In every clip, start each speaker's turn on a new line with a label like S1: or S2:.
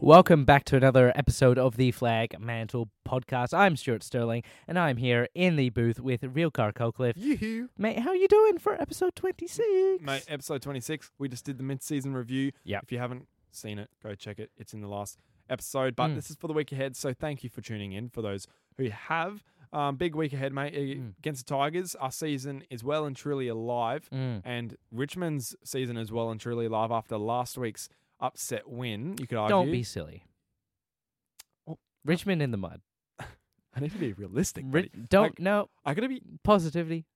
S1: Welcome back to another episode of the Flag Mantle podcast. I'm Stuart Sterling, and I'm here in the booth with Real Car Cocliffe.
S2: Yoo-hoo.
S1: Mate, how are you doing for episode 26?
S2: Mate, episode 26. We just did the mid-season review.
S1: Yep.
S2: If you haven't seen it, go check it. It's in the last episode, but
S1: Mm.
S2: this is for the week ahead. So thank you for tuning in for those who have. Um, big week ahead, mate. A-
S1: Mm.
S2: Against the Tigers, our season is well and truly alive.
S1: Mm.
S2: And Richmond's season is well and truly alive after last week's upset win. You could argue.
S1: Don't be silly.
S2: Oh.
S1: Richmond in the mud.
S2: I need to be realistic.
S1: Ri-
S2: buddy.
S1: don't, no,
S2: I gotta be
S1: positivity.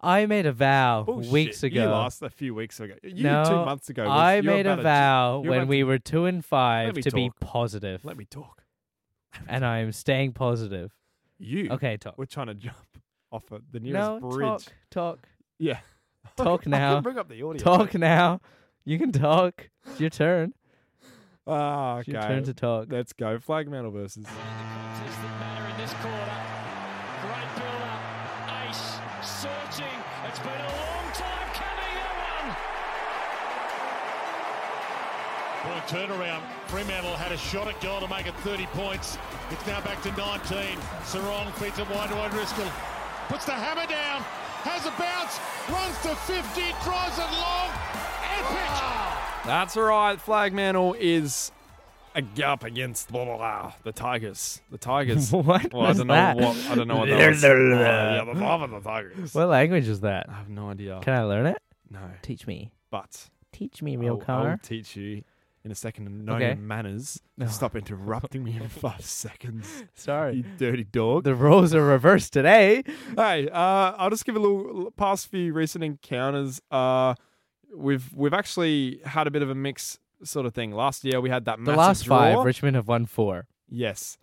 S1: I made a vow
S2: bullshit.
S1: weeks ago.
S2: You last a few weeks ago. You
S1: No,
S2: two months ago. was-
S1: I
S2: you were
S1: made a
S2: about to-
S1: vow
S2: you're
S1: when
S2: about
S1: we were two and five
S2: Let me
S1: to be
S2: talk.
S1: positive,
S2: Let me talk.
S1: and I am staying positive.
S2: You.
S1: Okay, talk.
S2: We're trying to jump off of the nearest
S1: No,
S2: bridge.
S1: talk, talk.
S2: Yeah.
S1: Talk
S2: I can
S1: now.
S2: bring up the audio.
S1: Talk now. You can talk. It's your turn.
S2: Ah,
S1: It's
S2: okay.
S1: your turn to talk.
S2: Let's go. Flag Mantle
S3: Is
S2: versus.
S3: the matter in this corner? Great build up. Ace searching. It's been a long time coming, that one.
S4: What a turnaround. Fremantle had a shot at goal to make it 30 points. It's now back to 19. Sarong feeds it wide to O'Driscoll. Puts the hammer down. Has a bounce. Runs to 50. Drives it long. Epic.
S2: That's all right. Flag Mantle is a gap against blah blah blah. The Tigers. The Tigers.
S1: What
S2: Well, I
S1: was
S2: don't know
S1: that?
S2: what. I don't know what that was. Oh, yeah, the blah, blah, the Tigers.
S1: What language is that?
S2: I have no idea.
S1: Can I learn it? Oh,
S2: no,
S1: Teach me.
S2: but
S1: Teach me, real
S2: I'll, I'll
S1: car.
S2: teach you in a second and know
S1: Okay.
S2: your manners. Stop interrupting me in five seconds. You
S1: Sorry.
S2: dirty dog.
S1: The roles are reversed today.
S2: Hey, uh, I'll just give a little l- past few recent encounters. Uh, we've we've actually had a bit of a mix sort of thing. Last year we had that
S1: The
S2: massive
S1: last
S2: draw.
S1: five, Richmond have won four.
S2: yes.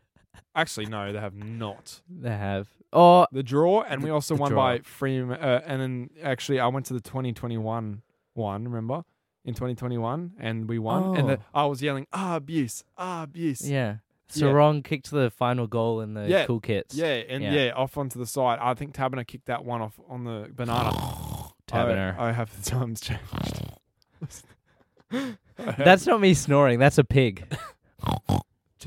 S2: actually, no, they have not.
S1: They have. Oh,
S2: The draw, and we also
S1: the
S2: won
S1: draw.
S2: by Freem. Uh, and then actually, I went to the 2021 one. Remember? In 2021, and we won. And the,
S1: Oh.
S2: I was yelling, "Ah, abuse! Ah, abuse!"
S1: yeah.
S2: Yeah.
S1: Sarong kicked the final goal in the
S2: Yeah,
S1: cool kits.
S2: Yeah, and
S1: Yeah.
S2: yeah. off onto the side. I think Tabner kicked that one off on the banana.
S1: Taverner.
S2: I, I have the times changed. I have
S1: That's not me snoring. That's a pig.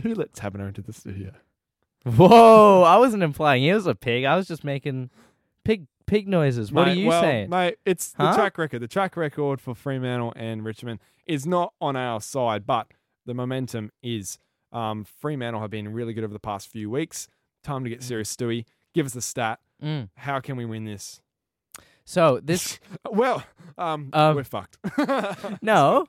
S2: who let Tabner into the studio.
S1: Whoa! I wasn't implying he was a pig. I was just making pig pig noises. What
S2: Mate,
S1: are you
S2: well,
S1: saying?
S2: mate? It's
S1: Huh?
S2: the track record. The track record for Fremantle and Richmond is not on our side, but the momentum is. Um, Fremantle have been really good over the past few weeks. Time to get serious, Stewie. Give us the stat.
S1: Mm.
S2: How can we win this?
S1: So this
S2: Well, um,
S1: Um,
S2: we're fucked.
S1: no,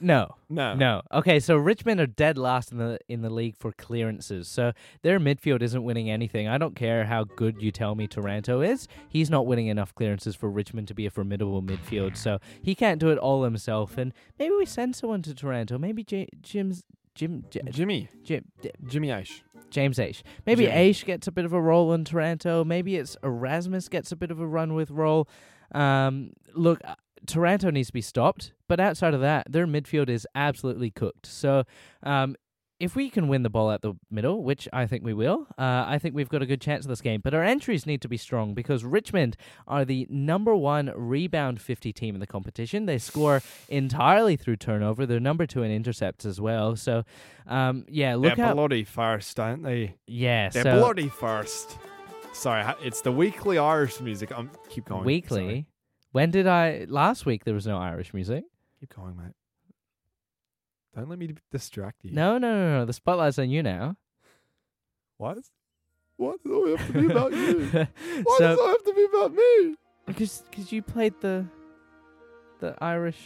S1: no,
S2: no,
S1: no. Okay, so Richmond are dead last in the in the league for clearances. So their midfield isn't winning anything. I don't care how good you tell me Taranto is. He's not winning enough clearances for Richmond to be a formidable midfield. So he can't do it all himself. And maybe we send someone to Taranto. Maybe J- Jim's Jim J-
S2: Jimmy,
S1: Jim
S2: Jimmy Ash.
S1: James Aish. Maybe
S2: Jim.
S1: Aish gets a bit of a role in Toronto. Maybe it's Erasmus gets a bit of a run with role. Um, look, uh, Toronto needs to be stopped, but outside of that, their midfield is absolutely cooked. So, um, if we can win the ball at the middle, which I think we will, uh, I think we've got a good chance of this game. But our entries need to be strong because Richmond are the number one rebound 50 team in the competition. They score entirely through turnover. They're number two in intercepts as well. So, um, yeah, look
S2: They're
S1: out.
S2: bloody first, aren't they?
S1: Yeah,
S2: They're
S1: so
S2: bloody first. Sorry, ha- it's the weekly Irish music. I'm keep going.
S1: weekly.
S2: Sorry.
S1: When did I last week? There was no Irish music.
S2: Keep going, mate. Don't let me d- distract you.
S1: No, no, no, no. The spotlight's on you now.
S2: Why does why does it all have to be about you? Why does it
S1: so,
S2: all have to be about me?
S1: because you played the the Irish.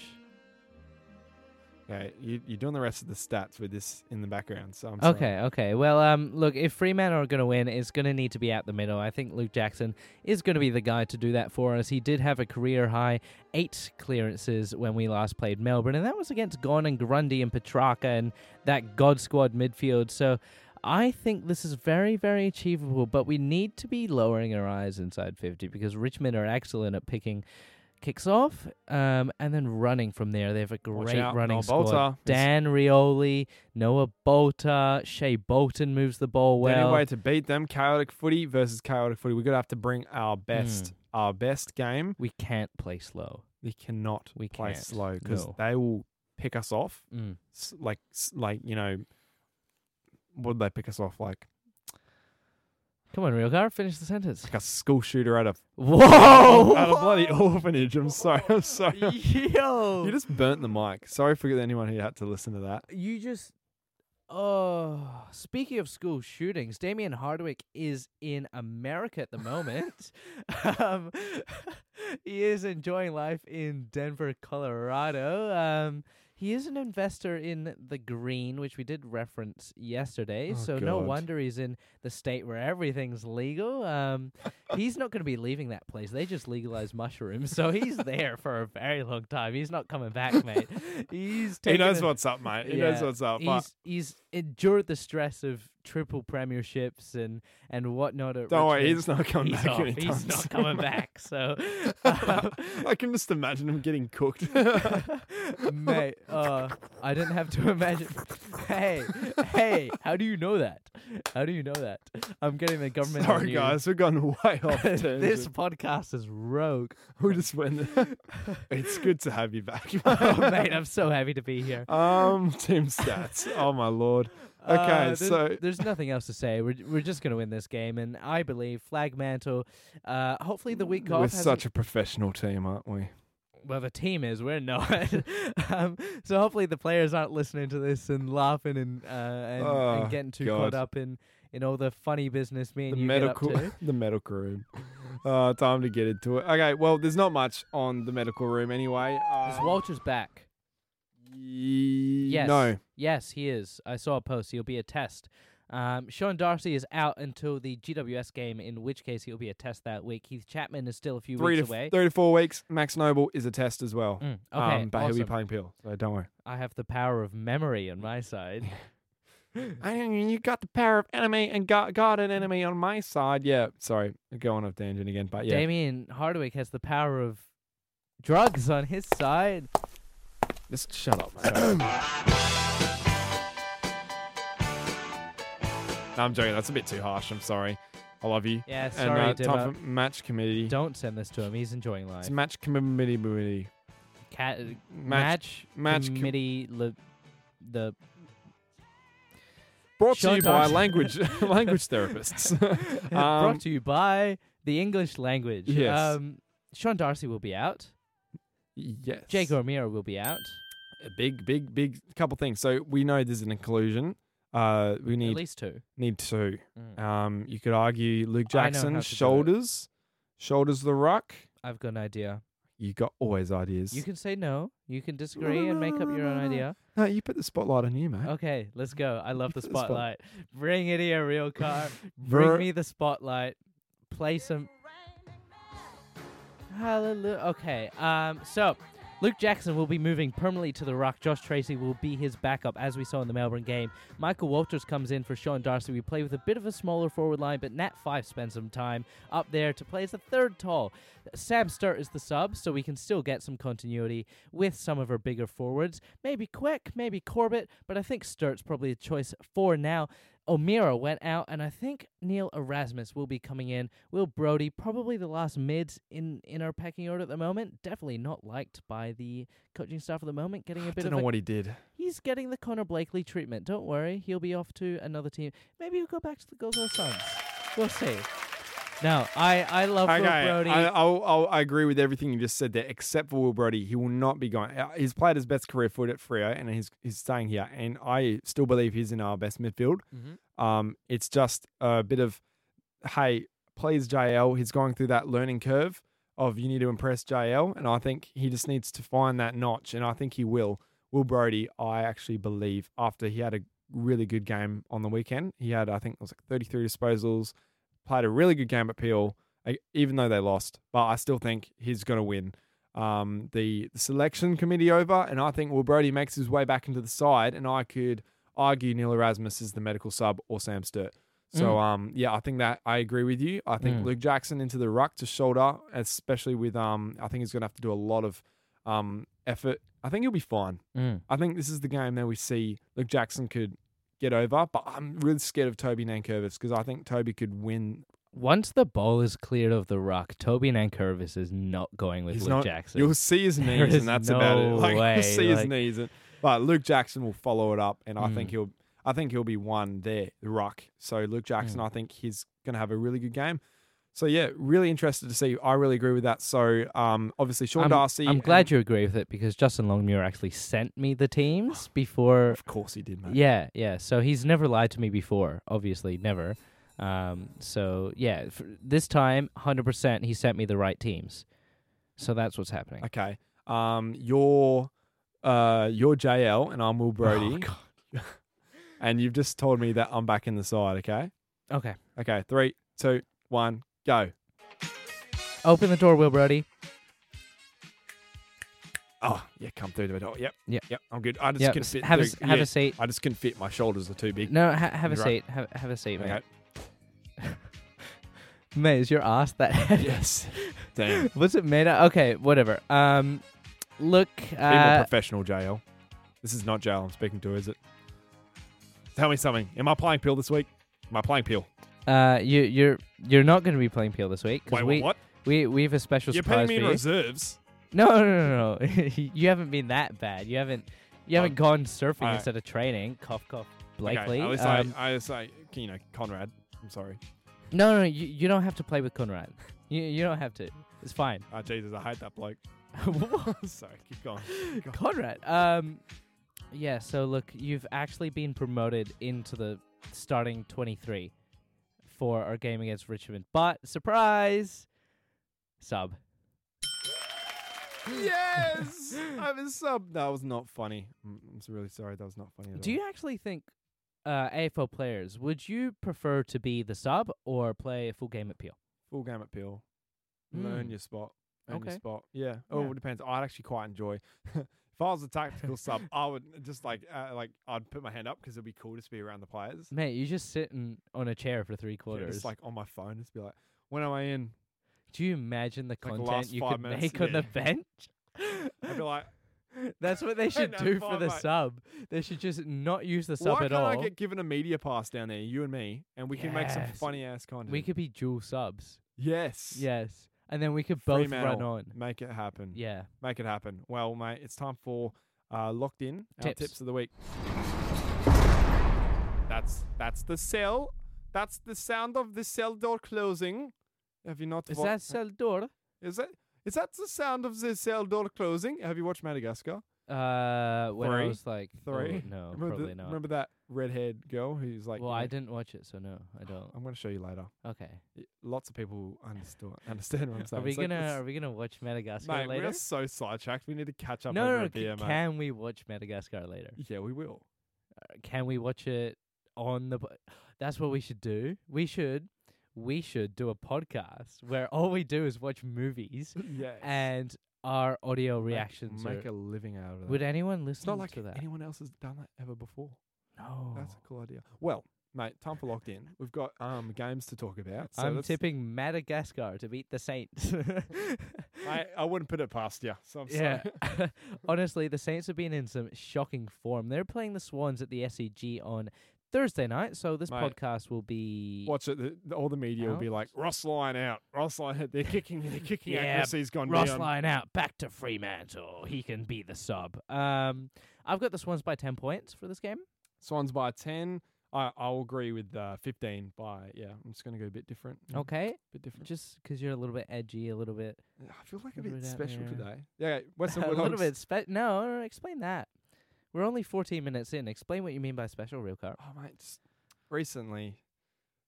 S2: Okay, you, you're doing the rest of the stats with this in the background. So I'm sorry.
S1: Okay, okay. Well, um, look, if Fremantle are going to win, it's going to need to be out the middle. I think Luke Jackson is going to be the guy to do that for us. He did have a career high eight clearances when we last played Melbourne, and that was against Gon and Grundy and Petrarca and that God squad midfield. So I think this is very, very achievable, but we need to be lowering our eyes inside 50 because Richmond are excellent at picking kicks off um, and then running from there. They have a
S2: Watch
S1: great
S2: out,
S1: running
S2: Noel
S1: squad.
S2: Bolter.
S1: Dan Rioli, Noah Bolter, Shea Bolton moves the ball
S2: The only
S1: well.
S2: way to beat them, chaotic footy versus chaotic footy. We're gonna have to bring
S1: Hmm.
S2: our best, our best game.
S1: we can't play slow.
S2: We cannot
S1: We
S2: play
S1: can't,
S2: slow because
S1: no.
S2: they will pick us off.
S1: Mm.
S2: s- Like, s- like you know, would they pick us off like
S1: Come on, Ryogar, finish the sentence.
S2: like a school shooter at a
S1: Whoa!
S2: at a bloody orphanage? I'm sorry, I'm sorry.
S1: Yo!
S2: You just burnt the mic. Sorry for anyone who had to listen to that.
S1: you just oh speaking of school shootings damien hardwick is in america at the moment um, he is enjoying life in denver colorado um, he is an investor in the green which we did reference yesterday
S2: Oh,
S1: so no
S2: God.
S1: wonder he's in the state where everything's legal um, he's not going to be leaving that place they just legalized mushrooms so he's there for a very long time he's not coming back mate he's
S2: He
S1: taking
S2: knows
S1: a-
S2: what's up, mate. He knows
S1: yeah,
S2: what's up. But
S1: He's he's endured the stress of triple premierships and and whatnot. At
S2: don't worry,
S1: Richmond.
S2: he's not coming
S1: He's
S2: back.
S1: off.
S2: anytime
S1: He's not
S2: soon,
S1: coming
S2: mate.
S1: back. So, um,
S2: I can just imagine him getting cooked.
S1: mate, uh, I didn't have to imagine. Hey, hey, how do you know that? How do you know that? I'm getting the government. on
S2: Sorry,
S1: you.
S2: guys, we've gone way off tangent.
S1: this podcast is rogue.
S2: we just went. it's good to have you back,
S1: oh, mate, I'm so happy to be here.
S2: Um, team stats. Oh my lord. Okay,
S1: Uh, there's,
S2: so
S1: there's nothing else to say. We're we're just gonna win this game, and I believe Flag Mantle. Uh, hopefully the week off.
S2: we're
S1: hasn't-
S2: such a professional team, aren't we?
S1: well, the team is. We're not. um, so hopefully the players aren't listening to this and laughing and uh, and,
S2: Oh,
S1: and getting too
S2: God.
S1: caught up in in all the funny business me and
S2: the
S1: you
S2: medical,
S1: get up to.
S2: the medical room. Uh, time to get into it. Okay, well, there's not much on the medical room anyway.
S1: Is
S2: Uh,
S1: Walters back?
S2: ye-
S1: Yes.
S2: No.
S1: Yes, he is. I saw a post. He'll be a test. Um, Sean Darcy is out until the GWS game, in which case he'll be a test that week. Keith Chapman is still a few
S2: Three to
S1: weeks
S2: f-
S1: away.
S2: three to four weeks. Max Noble is a test as well.
S1: Mm, okay,
S2: um, but he'll be
S1: awesome.
S2: playing Peel, so don't worry.
S1: I have the power of memory on my side.
S2: I mean, you got the power of enemy and got got an enemy on my side. Yeah, sorry, go on off tangent again, but yeah,
S1: Damien Hardwick has the power of drugs on his side.
S2: just shut up. Mate. no, I'm joking. That's a bit too harsh. I'm sorry. I love you.
S1: Yeah,
S2: And
S1: sorry,
S2: uh,
S1: Dimmer.
S2: time for match committee.
S1: Don't send this to him. He's enjoying life.
S2: It's match committee. committee.
S1: Cat,
S2: Match,
S1: match,
S2: match com-
S1: committee. li- the
S2: brought to
S1: Sean
S2: you by
S1: Dyche.
S2: language language therapists. Um,
S1: brought to you by the English language.
S2: Yes.
S1: Um, Sean Darcy will be out.
S2: yes.
S1: Jake O'Meara will be out.
S2: A big, big, big couple things. So we know there's an inclusion. Uh, we
S1: At
S2: need
S1: least two.
S2: need two.
S1: Mm.
S2: Um, you could argue Luke
S1: I know how
S2: Jackson
S1: to do it.
S2: shoulders, shoulders the ruck.
S1: I've got an idea.
S2: You got always ideas.
S1: You
S2: You
S1: can say no. You can disagree and make up your own idea.
S2: no, you put the spotlight on you, mate.
S1: Okay, let's go. I love the
S2: Put the spot-
S1: spotlight. Bring it here, real car. Bring
S2: Ver-
S1: me the spotlight. Play some. Hallelujah. Okay. Um. So, Luke Jackson will be moving permanently to the rock. Josh Tracy will be his backup, as we saw in the Melbourne game. Michael Walters comes in for Sean Darcy. We play with a bit of a smaller forward line, but Nat Five spends some time up there to play as the third tall. Sam Sturt is the sub, so we can still get some continuity with some of our bigger forwards. Maybe Quick, maybe Corbett, but I think Sturt's probably a choice for now. O'Meara went out, and I think Neil Erasmus will be coming in. Will Brody, probably the last mids in, in our pecking order at the moment. Definitely not liked by the coaching staff at the moment. Getting a
S2: I
S1: bit
S2: don't
S1: of
S2: know
S1: a-
S2: what he did.
S1: he's getting the Connor Blakely treatment. Don't worry, he'll be off to another team. Maybe he'll go back to the Gozo Suns. We'll see. No, I I love Will
S2: Okay,
S1: Brody.
S2: I, I'll, I'll, I agree with everything you just said there, except for Will Brody. He will not be going. uh, He's played his best career foot at Frio, and he's he's staying here. And I still believe he's in our best midfield.
S1: Mhm.
S2: Um, it's just a bit of, hey, please JL. He's going through that learning curve of you need to impress JL, and I think he just needs to find that notch, and I think he will. Will Brody, I actually believe after he had a really good game on the weekend, he had I think it was like 33 disposals, played a really good game at Peel, I- even though they lost, but I still think he's going to win. Um, the selection committee over, and I think Will Brody makes his way back into the side, and I could argue Neil Erasmus is the medical sub or Sam Sturt. So um, yeah, I think that I agree with you. I think
S1: Mm.
S2: Luke Jackson into the ruck to shoulder, especially with um, I think he's going to have to do a lot of um effort. I think he'll be fine.
S1: Mm.
S2: I think this is the game that we see Luke Jackson could get over, but I'm really scared of Toby Nankervis because I think Toby could win.
S1: Once the ball is cleared of the ruck, Toby Nankervis is not going with
S2: He's
S1: Luke
S2: not-
S1: Jackson.
S2: You'll see his
S1: There
S2: knees,
S1: is
S2: and that's about it.
S1: no
S2: Like
S1: way,
S2: you'll see his
S1: like-
S2: knees, and, but Luke Jackson will follow it up, and I think
S1: Mm.
S2: he'll. I think he'll be one there, the ruck. So Luke Jackson,
S1: Mm.
S2: I think he's going to have a really good game. So yeah, really interested to see. I really agree with that. So um, obviously Sean
S1: I'm,
S2: Darcy.
S1: I'm
S2: and-
S1: glad you agree with it because Justin Longmuir actually sent me the teams before.
S2: Of course he did, mate.
S1: Yeah, yeah. So he's never lied to me before. Obviously, never. Um, so yeah, f this time, hundred percent, he sent me the right teams. So that's what's happening.
S2: Okay. Um, you're uh, you're JL and I'm Will
S1: Oh,
S2: Brody, and you've just told me that I'm back in the side. Okay.
S1: Okay.
S2: Okay. Three, two, one, go.
S1: Open the door, Will Brody.
S2: Oh yeah, come through the door. Yep.
S1: Yep.
S2: Yep. I'm good. I just
S1: Yeah.
S2: can fit.
S1: Have a
S2: through.
S1: s- have
S2: yeah,
S1: a seat.
S2: I just can fit. My shoulders are too big.
S1: No, ha- have a
S2: You're right.
S1: seat. Have, have a seat, mate.
S2: Okay.
S1: Mate, is your ass that heavy?
S2: Yes. Damn.
S1: Was it made out? Okay, whatever. Um, look.
S2: Be more
S1: Uh,
S2: professional, JL. This is not JL I'm speaking to, is it? Tell me something. Am I playing Peel this week? Am I playing Peel?
S1: uh, you you're you're not going to be playing Peel this week. 'cause
S2: Wait,
S1: we,
S2: what?
S1: We we have a special
S2: You're paying
S1: surprise
S2: me in
S1: for you.
S2: reserves?
S1: no, no, no, no. no. you haven't been that bad. You haven't you haven't
S2: Um,
S1: gone surfing
S2: alright.
S1: instead of training. Cough, cough. Blakely.
S2: Okay, at least
S1: Um,
S2: I, I say, you know, Conrad. I'm sorry.
S1: no, no, no, you, you don't have to play with Conrad. You you don't have to. It's fine.
S2: Oh, Jesus, I hate that bloke. sorry, keep going. Keep going.
S1: Conrad. Um, yeah. So look, you've actually been promoted into the starting twenty-three for our game against Richmond. But surprise, sub.
S2: Yes, I have a sub. That was not funny. Mm, I'm s- really sorry. That was not funny. At
S1: Do
S2: all.
S1: you actually think uh, AFL players would you prefer to be the sub or play a full game at Peel?
S2: full game at Peel? Learn
S1: Mm.
S2: your spot. Earn
S1: Okay.
S2: your spot. Yeah. Oh,
S1: Yeah.
S2: it depends. I'd actually quite enjoy. if I was a tactical sub, I would just like uh, like I'd put my hand up because it'd be cool just to be around the players.
S1: Mate, you're just sitting on a chair for three
S2: Yeah,
S1: quarters.
S2: just like on my phone, just be like, when am I in?
S1: Do you imagine the
S2: like
S1: content
S2: last
S1: you
S2: five
S1: could
S2: minutes,
S1: make on
S2: yeah.
S1: the bench?
S2: I'd be like,
S1: That's what they should
S2: know,
S1: do for
S2: fine,
S1: the
S2: mate.
S1: sub. They should just not use the sub
S2: Why
S1: at
S2: can't
S1: all.
S2: I get given a media pass down there, you and me, and we can make some
S1: Yes.
S2: funny ass content?
S1: We could be dual subs.
S2: Yes.
S1: Yes. And then we could both
S2: Free
S1: run
S2: mail.
S1: on.
S2: Make it happen.
S1: Yeah.
S2: Make it happen. Well, mate, it's time for uh, locked in our
S1: Tips.
S2: tips. of the week. That's that's the cell. That's the sound of the cell door closing. Have you not?
S1: Is
S2: wa-
S1: that cell door?
S2: is that is that the sound of the cell door closing? Have you watched Madagascar?
S1: Uh, when I
S2: Three.
S1: was like oh,
S2: Three.
S1: no,
S2: remember
S1: probably
S2: the,
S1: not.
S2: Remember that red-haired girl who's like?
S1: well,
S2: you
S1: I
S2: know-
S1: didn't watch it, so no, I don't.
S2: I'm going to show you later.
S1: Okay.
S2: Y- Lots of people understand understand what I'm saying.
S1: are we
S2: It's like,
S1: gonna
S2: it's-
S1: Are we gonna watch Madagascar
S2: Mate,
S1: later?
S2: we're so sidetracked. We need to catch up.
S1: No,
S2: over
S1: no,
S2: a
S1: no. c-
S2: beer, mate.
S1: Can we watch Madagascar later?
S2: Yeah, we will.
S1: Can we watch it on the? po- That's what we should do. We should, we should do a podcast where all we do is watch movies
S2: Yes.
S1: and our audio
S2: Make-
S1: reactions.
S2: Make,
S1: are,
S2: a living out of that.
S1: would anyone listen
S2: it's not like
S1: to that?
S2: anyone else has done that ever before.
S1: no.
S2: That's a cool idea. Well, mate, time for locked in. We've got um games to talk about. So
S1: I'm
S2: let's-
S1: tipping Madagascar to beat the Saints.
S2: I, I wouldn't put it past you. So I'm
S1: Yeah.
S2: sorry.
S1: Honestly, the Saints have been in some shocking form. They're playing the Swans at the SEG on Thursday night, so this
S2: Mate.
S1: podcast will be
S2: Watch it. The, the- all the media will be
S1: Out.
S2: like Ross Lyon out. Ross Lyon. They're kicking. They're kicking.
S1: Yeah,
S2: accuracy's gone
S1: Ross
S2: down.
S1: line out back to Fremantle. He can be the sub. Um, I've got the Swans by ten points for this game.
S2: Swans by ten. I I'll agree with uh, fifteen by yeah. I'm just gonna go a bit different. Mm,
S1: Okay,
S2: bit different.
S1: just 'cause you're a little bit edgy, a little bit,
S2: I feel like a
S1: Put
S2: bit
S1: it out
S2: special
S1: there.
S2: today. Yeah, okay, Western
S1: a little
S2: Bulldogs.
S1: bit. Spe- no, no, no, explain that. We're only 14 minutes in. Explain what you mean by special, real car.
S2: Oh mate, just recently,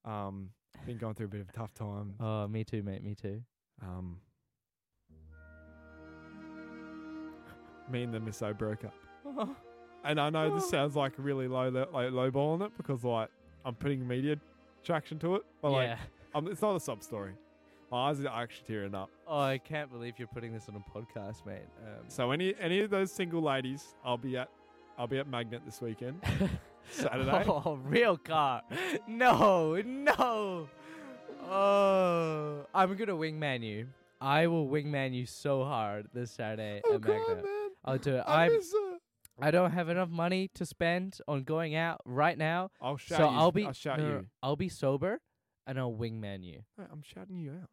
S2: um, been going through a bit of a tough time.
S1: Oh, me too, mate. Me too.
S2: Um, me and the misso broke up, and I know
S1: Oh.
S2: this sounds like really low, le- like low ball on it because like I'm putting media traction to it, but like
S1: yeah.
S2: um, it's not a sub story. My eyes are actually tearing up.
S1: Oh, I can't believe you're putting this on a podcast, mate. Um,
S2: So any any of those single ladies, I'll be at I'll be at Magnet this weekend. Saturday.
S1: Oh, real car. No, no. Oh, I'm gonna wingman you. I will wingman you so hard this Saturday
S2: Oh,
S1: at
S2: come
S1: Magna.
S2: on, man.
S1: I'll do it.
S2: I
S1: I'm-
S2: miss uh, her.
S1: I don't have enough money to spend on going out right now.
S2: I'll shout
S1: so
S2: you.
S1: I'll be
S2: I'll shout
S1: no,
S2: you.
S1: I'll be sober and I'll wingman you.
S2: Mate, I'm shouting you out.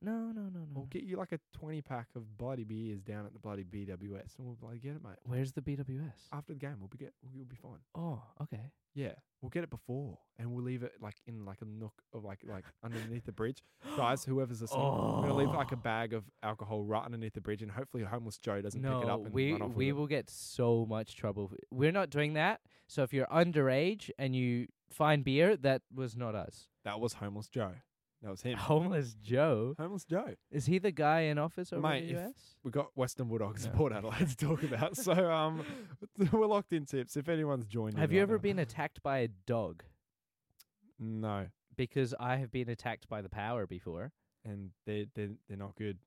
S1: No, no, no,
S2: I'll
S1: no.
S2: get you like a 20 pack of bloody beers down at the bloody BWS and we'll bloody get it, mate.
S1: Where's the BWS?
S2: After the game, we'll be get, we'll be fine.
S1: Oh, okay.
S2: Yeah, we'll get it before, and we'll leave it like in like a nook of like like underneath the bridge, guys. Whoever's listening, we're gonna leave like a
S1: Oh.
S2: bag of alcohol right underneath the bridge, and hopefully homeless Joe doesn't pick it
S1: No,
S2: up and
S1: we
S2: run off.
S1: we
S2: with
S1: will get so much trouble. We're not doing that. So if you're underage and you find beer, that was not us.
S2: It. That was homeless Joe. That was him.
S1: Homeless Joe.
S2: homeless Joe.
S1: Is he the guy in office over
S2: Mate,
S1: in the
S2: if-
S1: US?
S2: We got Western Bulldogs and Port Adelaide to talk about, so um, we're locked in tips. If anyone's joined, in
S1: Have you
S2: right
S1: ever
S2: now.
S1: been attacked by a dog?
S2: No,
S1: Because I have been attacked by the power before.
S2: and they they they're not good.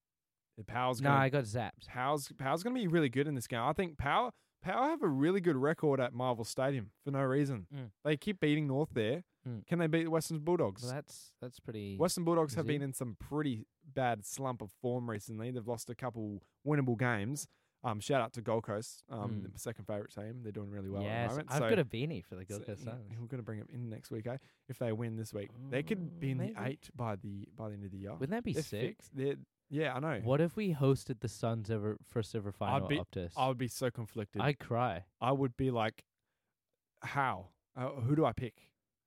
S2: The power's
S1: No,
S2: gonna
S1: I got zapped.
S2: Powell's Powell's going to be really good in this game. I think Power Power have a really good record at Marvel Stadium for no reason.
S1: Mm.
S2: They keep beating North there.
S1: Mm.
S2: Can they beat the Western Bulldogs?
S1: So that's that's pretty.
S2: Western Bulldogs have
S1: Is he?
S2: been in some pretty bad slump of form recently. They've lost a couple winnable games. Um, shout out to Gold Coast, um,
S1: Mm.
S2: the second favourite team. They're doing really well at
S1: yes,
S2: the moment.
S1: I've
S2: so, uh,
S1: got a beanie for the Gold Coast
S2: so,
S1: Suns.
S2: We're going to bring it in next week, eh? If they win this week, they could be in
S1: Maybe.
S2: the eight by the by the end of the year.
S1: Oh, Wouldn't that be
S2: They're
S1: sick?
S2: fixed. They're, yeah, I know.
S1: What if we hosted the Suns ever first ever final
S2: be-
S1: Optus?
S2: I would be so conflicted.
S1: I'd cry.
S2: I would be like, how? Uh, who do I pick?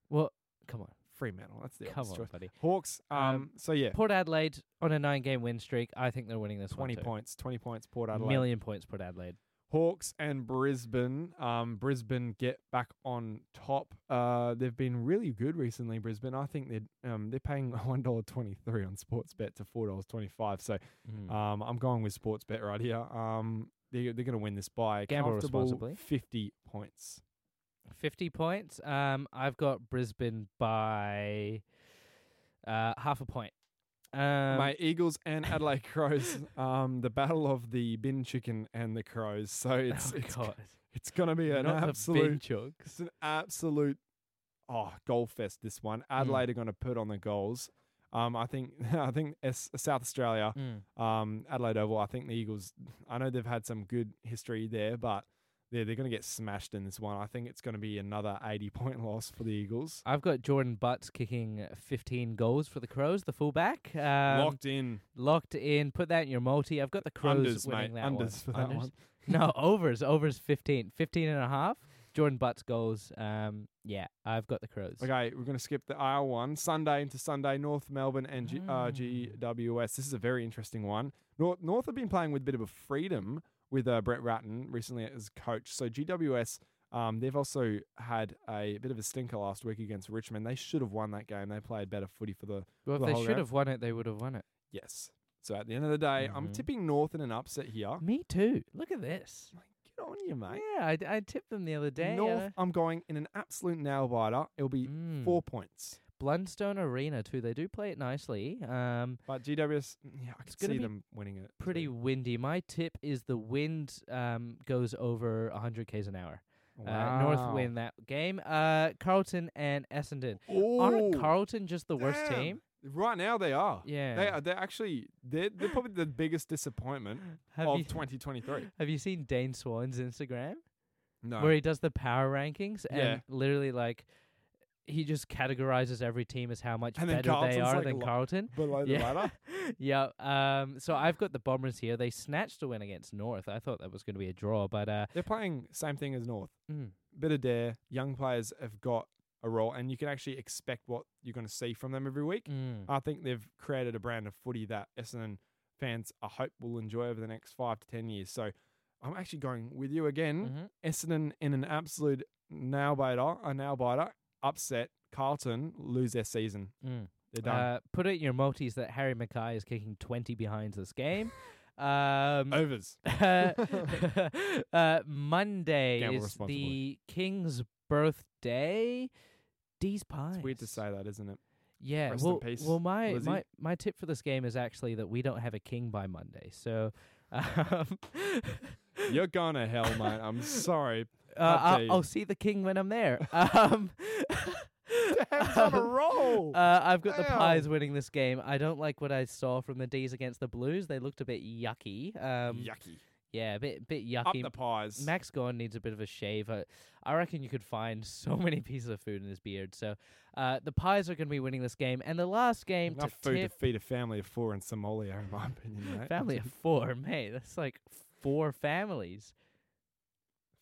S1: Well, come on,
S2: Fremantle. That's the
S1: come
S2: obvious
S1: on,
S2: choice.
S1: buddy.
S2: Hawks. Um,
S1: Um,
S2: So yeah,
S1: Port Adelaide on a nine-game win streak. I think they're winning this
S2: twenty
S1: one. too.
S2: points. Twenty points. Port Adelaide.
S1: Million points, Port Adelaide.
S2: Hawks and Brisbane. Um, Brisbane get back on top. Uh, they've been really good recently. Brisbane. I think they're um they're paying one dollar twenty three on Sportsbet to four dollars twenty five. So
S1: Hmm. Uh,
S2: um, I'm going with Sportsbet right here. Um, they they're going to win this by a
S1: Gamble
S2: comfortable
S1: responsibly.
S2: Fifty points.
S1: Fifty points. Um, I've got Brisbane by uh, half a point. Um,
S2: My Eagles and Adelaide Crows. Um, the battle of the bin chicken and the crows. So it's
S1: oh
S2: it's,
S1: God,
S2: it's gonna be an
S1: not the bin
S2: absolute
S1: chooks.
S2: it's an absolute oh goal fest this one.
S1: Hmm.
S2: Adelaide are gonna put on the goals. Um, I think I think S- South Australia,
S1: Mm.
S2: um, Adelaide Oval. I think the Eagles. I know they've had some good history there, but they're they're gonna get smashed in this one. I think it's gonna be another eighty point loss for the Eagles.
S1: I've got Jordan Butts kicking 15 goals for the Crows, the fullback. Um, locked.
S2: Locked in
S1: in. Put that in your multi. I've got the Crows
S2: unders, mate.
S1: winning that one.
S2: Unders for that one.
S1: no, overs. Overs 15. 15 and a half. Jordan Butts goals. Um, yeah, I've got the Crows.
S2: Okay, we're going to skip the aisle one. Sunday into Sunday, North Melbourne and G- uh, GWS. This is a very interesting one. North, North have been playing with a bit of a freedom with uh, Brett Ratton recently as coach. So GWS, um, they've also had a bit of a stinker last week against Richmond. They should have won that game. They played better footy for the
S1: Well, if
S2: the
S1: they
S2: whole
S1: should
S2: round.
S1: have won it, they would have won it.
S2: yes. So at the end of the day, I'm
S1: Mhm.
S2: tipping North in an upset here.
S1: Me too. Look at this.
S2: Get on you, mate.
S1: Yeah, I, I tipped them the other day.
S2: North,
S1: uh,
S2: I'm going in an absolute nail biter. It'll be
S1: Mm.
S2: four points.
S1: Blundstone Arena, too. They do play it nicely. Um,
S2: But GWS, mm, yeah, I could
S1: gonna
S2: see
S1: be
S2: them winning it.
S1: pretty
S2: So-
S1: windy. My tip is the wind um, goes over 100 k's an hour. Uh, North
S2: Wow.
S1: win that game. Uh, Carlton and Essendon. Aren't
S2: Oh,
S1: Carlton just the worst
S2: damn.
S1: team?
S2: Right now they are.
S1: Yeah.
S2: They are they're actually they're, they're probably the biggest disappointment
S1: Have
S2: of
S1: you-
S2: 2023.
S1: Have you seen Dane Swan's Instagram
S2: No.
S1: where he does the power rankings and
S2: Yeah.
S1: literally like he just categorizes every team as how much
S2: And then
S1: better they
S2: Carlton's
S1: are
S2: like
S1: than
S2: lo-
S1: Carlton?
S2: Below the
S1: Yeah.
S2: ladder.
S1: Yeah. Um. So I've got the Bombers here. They snatched a win against North. I thought that was going to be a draw, but uh,
S2: They're playing same thing as North.
S1: mm,
S2: Bit of dare. Young players have got a role and you can actually expect what you're going to see from them every week.
S1: mm.
S2: I think they've created a brand of footy that Essendon fans I hope will enjoy over the next 5 to 10 years. So I'm actually going with you again.
S1: Mhm.
S2: Essendon in an absolute nail biter, a nail biter, upset Carlton lose their season.
S1: Mm.
S2: They're done.
S1: Uh, put it in your multis that Harry Mackay is kicking twenty behinds this game. um.
S2: Overs.
S1: uh, uh, Monday
S2: Gamble
S1: is the
S2: responsibly.
S1: King's birthday. D's pies.
S2: It's weird to say that, isn't it?
S1: Yeah.
S2: Rest in
S1: well,
S2: peace,
S1: well, my
S2: Lizzie.
S1: my my tip for this game is actually that we don't have a king by Monday. So, um,
S2: You're going to hell, mate. I'm sorry.
S1: Uh, I'll,
S2: Update.
S1: I'll see the king when I'm there. Um,
S2: on a roll.
S1: uh, I've got the
S2: Wow.
S1: Pies winning this game. I don't like what I saw from the D's against the Blues. They looked a bit yucky. Um,
S2: Yucky.
S1: Yeah, a bit bit
S2: Up
S1: yucky.
S2: the pies.
S1: Max Gorn needs a bit of a shave. I, I reckon you could find so many pieces of food in his beard. So uh, the Pies are going to be winning this game. And the last game
S2: Enough
S1: to
S2: food
S1: tip
S2: to feed a family of four in Somalia, in my opinion. Mate.
S1: family of four, mate. That's like four families.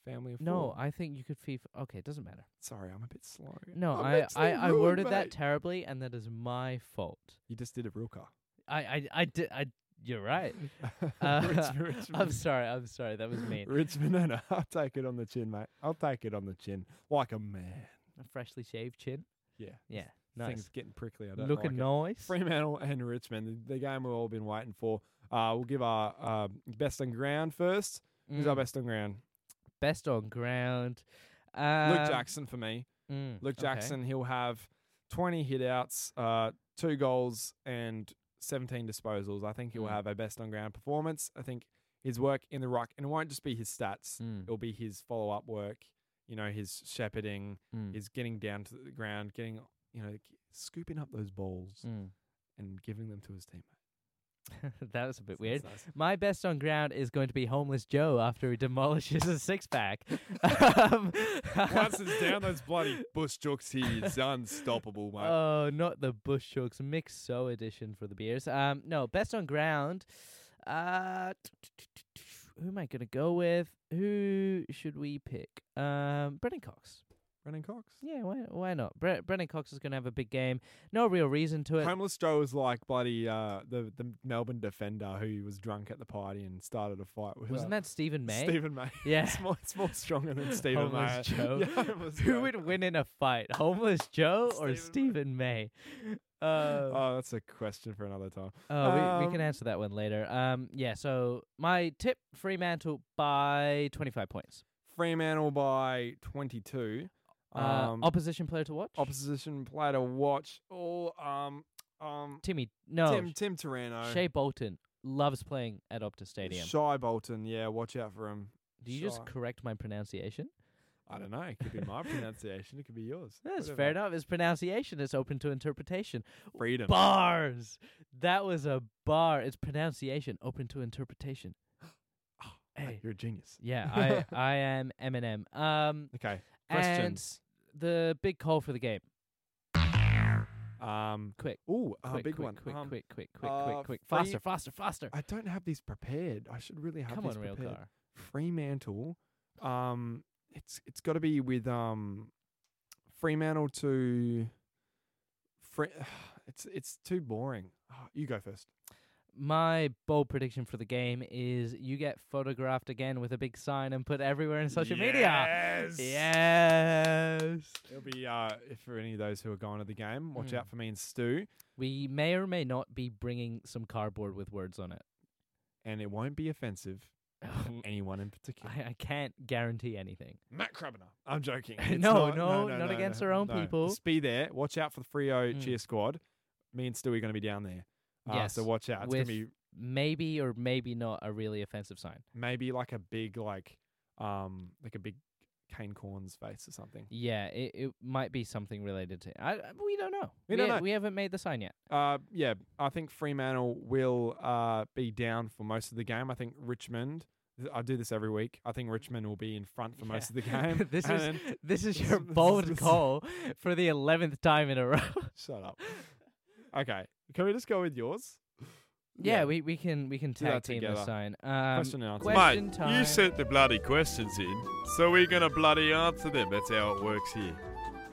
S2: family of four.
S1: No, I think you could feed. Okay, it doesn't matter.
S2: sorry, I'm a bit slow.
S1: No,
S2: I'm
S1: I, I,
S2: mentally
S1: I
S2: ruined,
S1: worded that
S2: mate.
S1: terribly, and that is my fault.
S2: You just did a Rilke.
S1: I I I did. I, you're right.
S2: Rich-
S1: Uh,
S2: Richmond,
S1: I'm sorry. I'm sorry. That was mean.
S2: Richmond, no, no, I'll take it on the chin, mate. I'll take it on the chin, like a man.
S1: A freshly shaved chin.
S2: Yeah,
S1: Yeah,
S2: Things
S1: nice.
S2: getting prickly. I don't
S1: Looking
S2: like it.
S1: nice.
S2: Fremantle and Richmond, the, the game we've all been waiting for. Uh, we'll give our uh, best on ground first. Who's our
S1: Mm.
S2: best on ground?
S1: Best on ground.
S2: Luke
S1: Um,
S2: Jackson for me.
S1: mm,
S2: Luke
S1: okay.
S2: Jackson, he'll have 20 hitouts, uh, two goals, and 17 disposals. I think he'll
S1: Mm.
S2: have a best on ground performance. I think his work in the ruck, and it won't just be his stats,
S1: Mm,
S2: it'll be his follow up work, you know, his shepherding,
S1: mm,
S2: his getting down to the ground, getting, you know, scooping up those balls
S1: mm.
S2: and giving them to his teammate.
S1: that was a bit
S2: That's
S1: weird.
S2: nice.
S1: My best on ground is going to be homeless Joe after he demolishes a Um, six pack.
S2: Once it's down those bloody bush jokes, he's unstoppable, mate.
S1: Oh, not the Bush Chooks Mix So edition for the beers. Um, no, best on ground. Uh, who am I gonna go with? Who should we pick? Um, Brennan Cox.
S2: Brennan Cox.
S1: Yeah, why why not? Bre- Brennan Cox is gonna have a big game. No real reason to it.
S2: Homeless Joe was like bloody uh, the the Melbourne defender who was drunk at the party and started a fight with.
S1: Wasn't
S2: uh,
S1: that Stephen May?
S2: Stephen May?
S1: Yeah.
S2: it's, more, it's more stronger than Stephen
S1: Homeless
S2: May.
S1: Joe.
S2: Yeah, Homeless
S1: who
S2: Joe.
S1: would win in a fight, homeless Joe or
S2: Stephen
S1: Stephen May? Uh,
S2: Oh, that's a question for another time.
S1: Oh, we, we
S2: Um,
S1: can answer that one later. Um, yeah. So my tip: Fremantle by twenty-five points.
S2: Fremantle by twenty two.
S1: Uh,
S2: Um,
S1: opposition player to watch.
S2: opposition player to watch. All um um
S1: Timmy. No.
S2: Tim Tim Tarano.
S1: Shea Bolton loves playing at Optus Stadium.
S2: Shy Bolton, yeah, watch out for him.
S1: Do you just
S2: Shaw.
S1: correct my pronunciation?
S2: I don't know. It could be my pronunciation. It could be yours.
S1: That's
S2: Whatever.
S1: fair enough. It's pronunciation. It's open to interpretation.
S2: Freedom.
S1: Bars. That was a bar. It's pronunciation open to interpretation. hey.
S2: Ah, You're a genius.
S1: Yeah, I I am Eminem. Um,
S2: Okay.
S1: and
S2: Questions.
S1: the big call for the game.
S2: Um.
S1: Quick.
S2: Ooh, a
S1: quick,
S2: big
S1: quick,
S2: one.
S1: Quick,
S2: Um,
S1: quick, quick, quick,
S2: uh,
S1: quick, quick.
S2: free-
S1: Faster, faster, faster.
S2: I don't have these prepared. I should really have
S1: Come
S2: these
S1: on, real
S2: prepared.
S1: car.
S2: Fremantle. Um. It's it's got to be with um, Fremantle to. Fre- it's it's too boring. Ah, you go first.
S1: My bold prediction for the game is you get photographed again with a big sign and put everywhere in social media.
S2: Yes.
S1: Yes.
S2: It'll be uh if for any of those who are going to the game, watch
S1: Mm.
S2: out for me and Stu,
S1: We may or may not be bringing some cardboard with words on it.
S2: and it won't be offensive. to Anyone in particular?
S1: Mm. I, I can't guarantee anything.
S2: Matt Krabner. I'm joking.
S1: No,
S2: It's
S1: no, not against our own people.
S2: Just be there. Watch out for the Frio
S1: Mm.
S2: cheer squad. Me and Stewie are going to be down there. Uh,
S1: Yes,
S2: So watch out. It's
S1: with
S2: going to be
S1: maybe or maybe not a really offensive sign.
S2: maybe like a big, like, um, like a big cane corns face or something.
S1: Yeah, it, it might be something related to. I uh, we don't know.
S2: We don't
S1: ha-
S2: know.
S1: we haven't made the sign yet.
S2: Uh, yeah, I think Fremantle will uh, be down for most of the game. I think Richmond. I do this every week. I think Richmond will be in front for most of the
S1: Yeah.
S2: game.
S1: this
S2: and
S1: is
S2: then-
S1: this is
S2: this
S1: your
S2: is- this
S1: bold
S2: is-
S1: call for the eleventh time in a row.
S2: shut up. Okay, can we just go with yours?
S1: yeah, we, we can we can
S2: Do that
S1: tag team the
S2: together.
S1: sign. Um,
S2: Question and answer.
S1: question
S5: Mate,
S1: time.
S5: you sent the bloody questions in, so we're going to bloody answer them. That's how it works here.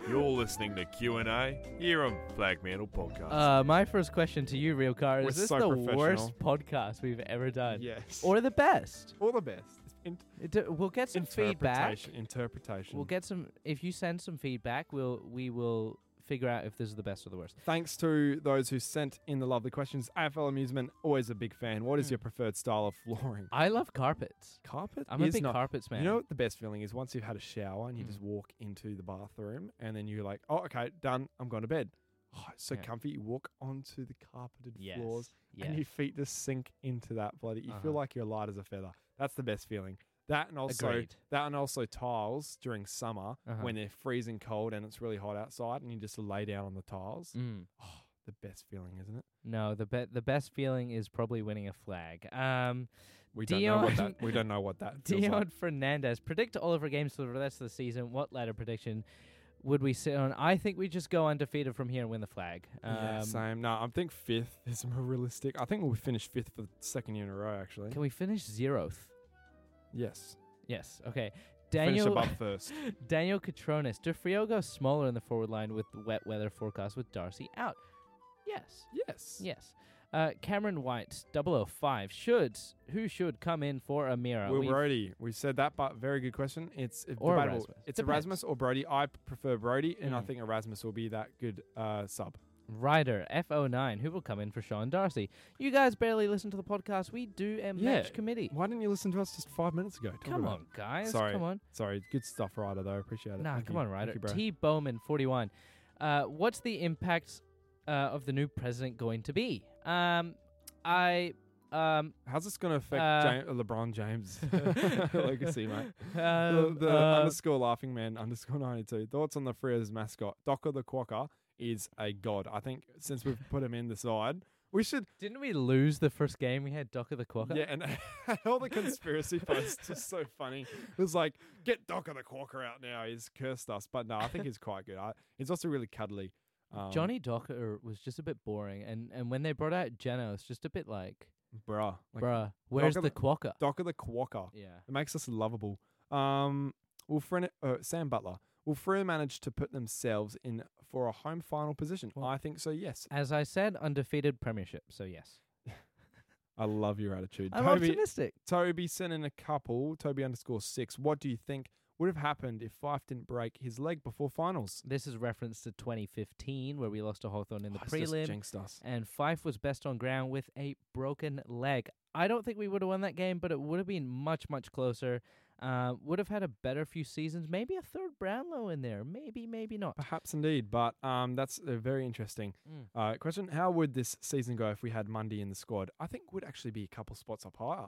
S5: You're listening to Q&A here on Flag Mantle Podcast.
S1: Uh, my first question to you, Real Car,
S2: We're
S1: is this
S2: so
S1: the
S2: professional.
S1: worst podcast we've ever done?
S2: Yes.
S1: Or the best?
S2: All the best. In-
S1: It d- We'll get some feedback.
S2: Interpretation. Interpretation.
S1: We'll get some. If you send some feedback, we'll we will figure out if this is the best or the worst.
S2: Thanks to those who sent in the lovely questions. AFL Amusement, always a big fan. What is your preferred style of flooring?
S1: Hmm. I love carpets.
S2: Carpet?
S1: I'm a
S2: is
S1: big
S2: not-
S1: carpets man.
S2: You know what the best feeling is? Once you've had a shower and you
S1: Hmm.
S2: just walk into the bathroom and then you're like, oh, okay, done. I'm going to bed. Oh, it's so
S1: Yeah.
S2: comfy. You walk onto the carpeted
S1: yes.
S2: floors
S1: yeah.
S2: and your feet just sink into that bloody. You feel
S1: Uh-huh.
S2: like you're light as a feather. That's the best feeling. That and also
S1: Agreed.
S2: that and also tiles during summer
S1: Uh-huh.
S2: when they're freezing cold and it's really hot outside and you just lay down on the tiles.
S1: Mm.
S2: The best feeling, isn't it?
S1: No, the be- the best feeling is probably winning a flag. Um,
S2: We don't know what
S1: Dion-
S2: that we don't know what that feels
S1: Dion
S2: like.
S1: Fernandez predict all of our games for the rest of the season. What ladder prediction would we sit on? I think we just go undefeated from here and win the flag. Um,
S2: yeah, same. No, I think fifth is more realistic. I think we'll finish fifth for the second year in a row, actually.
S1: Can we finish zeroth?
S2: yes.
S1: Yes. Okay.
S2: Finish
S1: Daniel
S2: above first.
S1: Daniel Catronis. Do Frio go smaller in the forward line with the wet weather forecast with Darcy out? Yes.
S2: Yes.
S1: Yes. Uh, Cameron White, 005. Should who should come in for Amira?
S2: Will
S1: We've-
S2: Brody. We said that, but very good question. It's if
S1: Or
S2: debatable.
S1: Erasmus.
S2: It's
S1: Depends.
S2: Erasmus or Brody. I prefer Brody, and I
S1: Mm.
S2: think Erasmus will be that good uh, sub.
S1: Ryder F09, who will come in for Sean Darcy. You guys barely listen to the podcast. We do a match committee.
S2: Why didn't you listen to us just five minutes ago? Talk
S1: Come
S2: about
S1: on,
S2: it.
S1: guys.
S2: Sorry.
S1: Come on.
S2: Sorry. Good stuff, Ryder, though. Appreciate it.
S1: Nah,
S2: Thank
S1: come
S2: you.
S1: on,
S2: Thank
S1: Ryder.
S2: you, bro.
S1: T Bowman, 41. Uh, what's the impact uh, of the new president going to be? Um, I. Um,
S2: How's this going to affect
S1: Uh,
S2: James, LeBron James? Legacy, mate. the
S1: um,
S2: the
S1: uh,
S2: underscore laughing man underscore 92 thoughts on the Friars mascot Docker the Quokka is a god I think since we've put him in the side we should
S1: didn't we lose the first game? We had Docker the Quokka.
S2: yeah and all the conspiracy posts just so funny it was like get Docker the Quokka out now he's cursed us but no I think he's quite good I, he's also really cuddly um,
S1: Johnny Docker was just a bit boring, and, and when they brought out Jeno, it's just a bit like,
S2: bruh like,
S1: bruh, where's
S2: Docker
S1: the Quokka?
S2: Docker the Quokka
S1: yeah.
S2: It makes us lovable. Um, will Fren- uh, Sam Butler will Freo manage to put themselves in for a home final position? I think so. Yes,
S1: As I said, undefeated premiership. So yes,
S2: I love your attitude.
S1: I'm
S2: Toby,
S1: optimistic.
S2: Toby sent in a couple. Toby underscore six. What do you think would have happened if Fife didn't break his leg before finals?
S1: This is reference to 2015 where we lost to Hawthorn in the
S2: Oh, it's just
S1: prelim,
S2: jinxed us.
S1: and Fife was best on ground with a broken leg. I don't think we would have won that game, but it would have been much much closer. Uh, would have had a better few seasons, maybe a third Brownlow in there, maybe maybe not.
S2: Perhaps indeed, but um, that's a very interesting
S1: Mm.
S2: uh, question. How would this season go if we had Mundy in the squad? I think would actually be a couple spots up higher.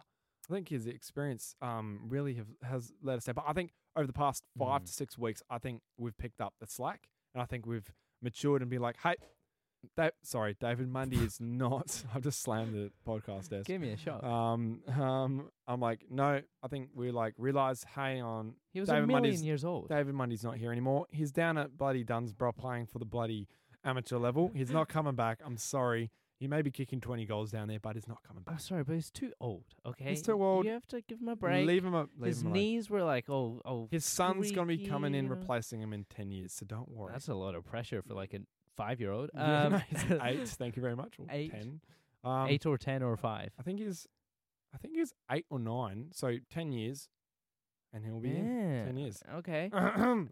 S2: I think his experience um, really have, has led us there. But I think over the past five
S1: Mm.
S2: to six weeks, I think we've picked up the slack, and I think we've matured and been like, hey, da- sorry, David Mundy is not. I've just slammed the podcast desk.
S1: Give me a shot.
S2: Um, um, I'm like, no, I think we like realize, hey, on
S1: he was a
S2: David
S1: million
S2: Mundy's
S1: years old.
S2: David Mundy's not here anymore. He's down at bloody Dunsborough playing for the bloody amateur level. He's not coming back. I'm sorry. He may be kicking 20 goals down there, but he's not coming
S1: I'm
S2: back.
S1: sorry, but he's too old. Okay,
S2: too old.
S1: You have to give him a break.
S2: Leave him up. Leave
S1: His
S2: him alone.
S1: knees were like, oh, oh.
S2: His son's going to be coming
S1: squeaky,
S2: in,
S1: you know?
S2: replacing him in 10 years, so don't worry.
S1: That's a lot of pressure for like a five-year-old.
S2: Yeah,
S1: Um,
S2: no, he's eight. Thank you very much. Or
S1: Eight.
S2: 10. Um,
S1: eight or ten or five.
S2: I think he's, I think he's eight or nine. So 10 years, and he'll be in
S1: Yeah.
S2: 10 years.
S1: Okay.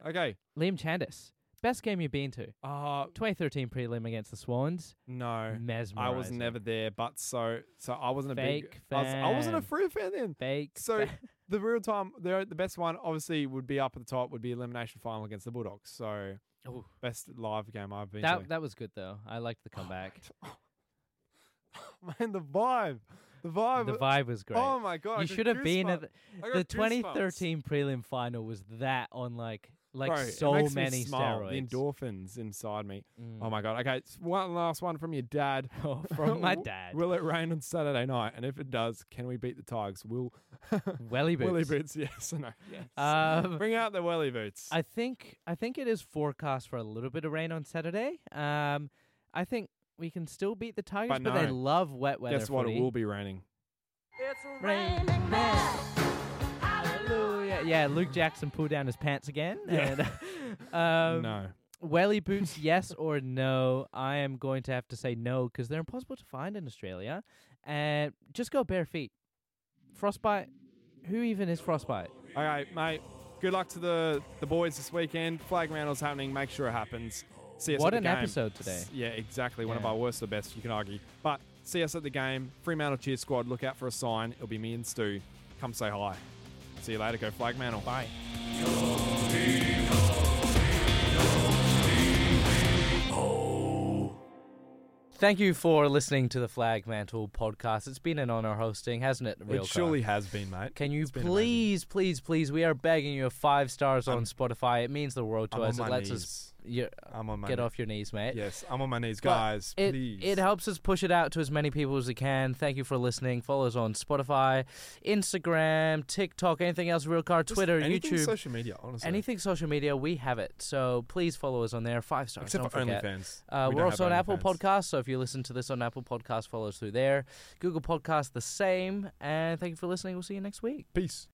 S2: okay.
S1: Liam Chandis, best game you've been to?
S2: Uh,
S1: 2013 prelim against the Swans.
S2: no. I
S1: Oh, Mesmerizing.
S2: was never there, but so so I wasn't a big
S1: Fake
S2: I, was, I wasn't a
S1: fan.
S2: Freo fan then.
S1: fake.
S2: So the real time, the the best one obviously would be up at the top would be elimination final against the Bulldogs. So
S1: Ooh.
S2: best live game I've been
S1: that
S2: to.
S1: that was good though. I liked
S2: Oh,
S1: the comeback.
S2: Man, the vibe, the vibe.
S1: the vibe was great.
S2: Oh my god! I
S1: you
S2: got
S1: should have been at
S2: goosebumps.
S1: the,
S2: I got
S1: the
S2: goosebumps.
S1: 2013 prelim final. Was that on like like
S2: Bro, it
S1: so
S2: makes me
S1: many
S2: smile. The
S1: steroids? Mm.
S2: endorphins inside me. Oh my god! Okay, it's one last one from your dad.
S1: Oh, from my dad.
S2: Will it rain on Saturday night? And if it does, can we beat the Tigers? Will
S1: Welly boots.
S2: Willy boots? Yes or no? Yes.
S1: Um,
S2: Bring out the welly boots.
S1: I think I think it is forecast for a little bit of rain on Saturday. Um, I think we can still beat the Tigers,
S2: But
S1: but, they
S2: no.
S1: love wet weather.
S2: Guess what? It
S1: footy.
S2: will be raining.
S1: Rain man. Hallelujah. Yeah, Luke Jackson pulled down his pants again. And, um,
S2: no.
S1: Welly boots, yes or no? I am going to have to say no because they're impossible to find in Australia. And just go bare feet. Frostbite. Who even is frostbite?
S2: All right, mate. Good luck to the the boys this weekend. Flag Mantle's happening. Make sure it happens. See us
S1: What
S2: at the
S1: an
S2: game.
S1: episode today.
S2: S- Yeah, exactly. One of
S1: Yeah.
S2: our worst or best, you can argue. But see us at the game. Fremantle Cheer Squad. Look out for a sign. It'll be me and Stu. Come say hi. See you later. Go Flag Mantle. Bye.
S1: Thank you for listening to the Flag Mantle podcast. It's been an honor hosting, hasn't it? Real
S2: it surely has been, mate.
S1: Can you
S2: been amazing.
S1: please, please, please? We are begging you five stars on
S2: I'm-
S1: Spotify. It means the world to
S2: I'm on
S1: us.
S2: my
S1: it lets us
S2: knees.
S1: you,
S2: I'm on my
S1: get
S2: knees.
S1: off your knees, mate.
S2: Yes, I'm on my knees,
S1: But
S2: guys.
S1: it,
S2: please.
S1: It helps us push it out to as many people as we can. Thank you for listening. Follow us on Spotify, Instagram, TikTok, anything else, Real Car,
S2: Just
S1: Twitter,
S2: anything
S1: YouTube.
S2: social media, honestly.
S1: Anything social media, we have it. So please follow us on there. Five stars.
S2: except
S1: don't
S2: for
S1: forget.
S2: OnlyFans.
S1: Uh,
S2: We
S1: we're
S2: don't
S1: also on
S2: have
S1: Apple
S2: OnlyFans.
S1: Podcasts, so if you listen to this on Apple Podcasts, follow us through there. Google Podcasts, the same. And thank you for listening. We'll see you next week.
S2: Peace.